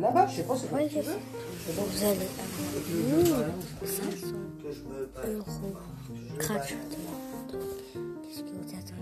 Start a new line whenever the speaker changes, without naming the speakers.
là-bas, je sais pas, c'est
Ouais,
comme tu
c'est
veux.
ça.
C'est bon.
Vous allez
Et puis,
Mmh.
je me balance,
avoir 500
que je me balance,
euros
que je me balance.
gratuitement. Donc, Qu'est-ce que vous attendez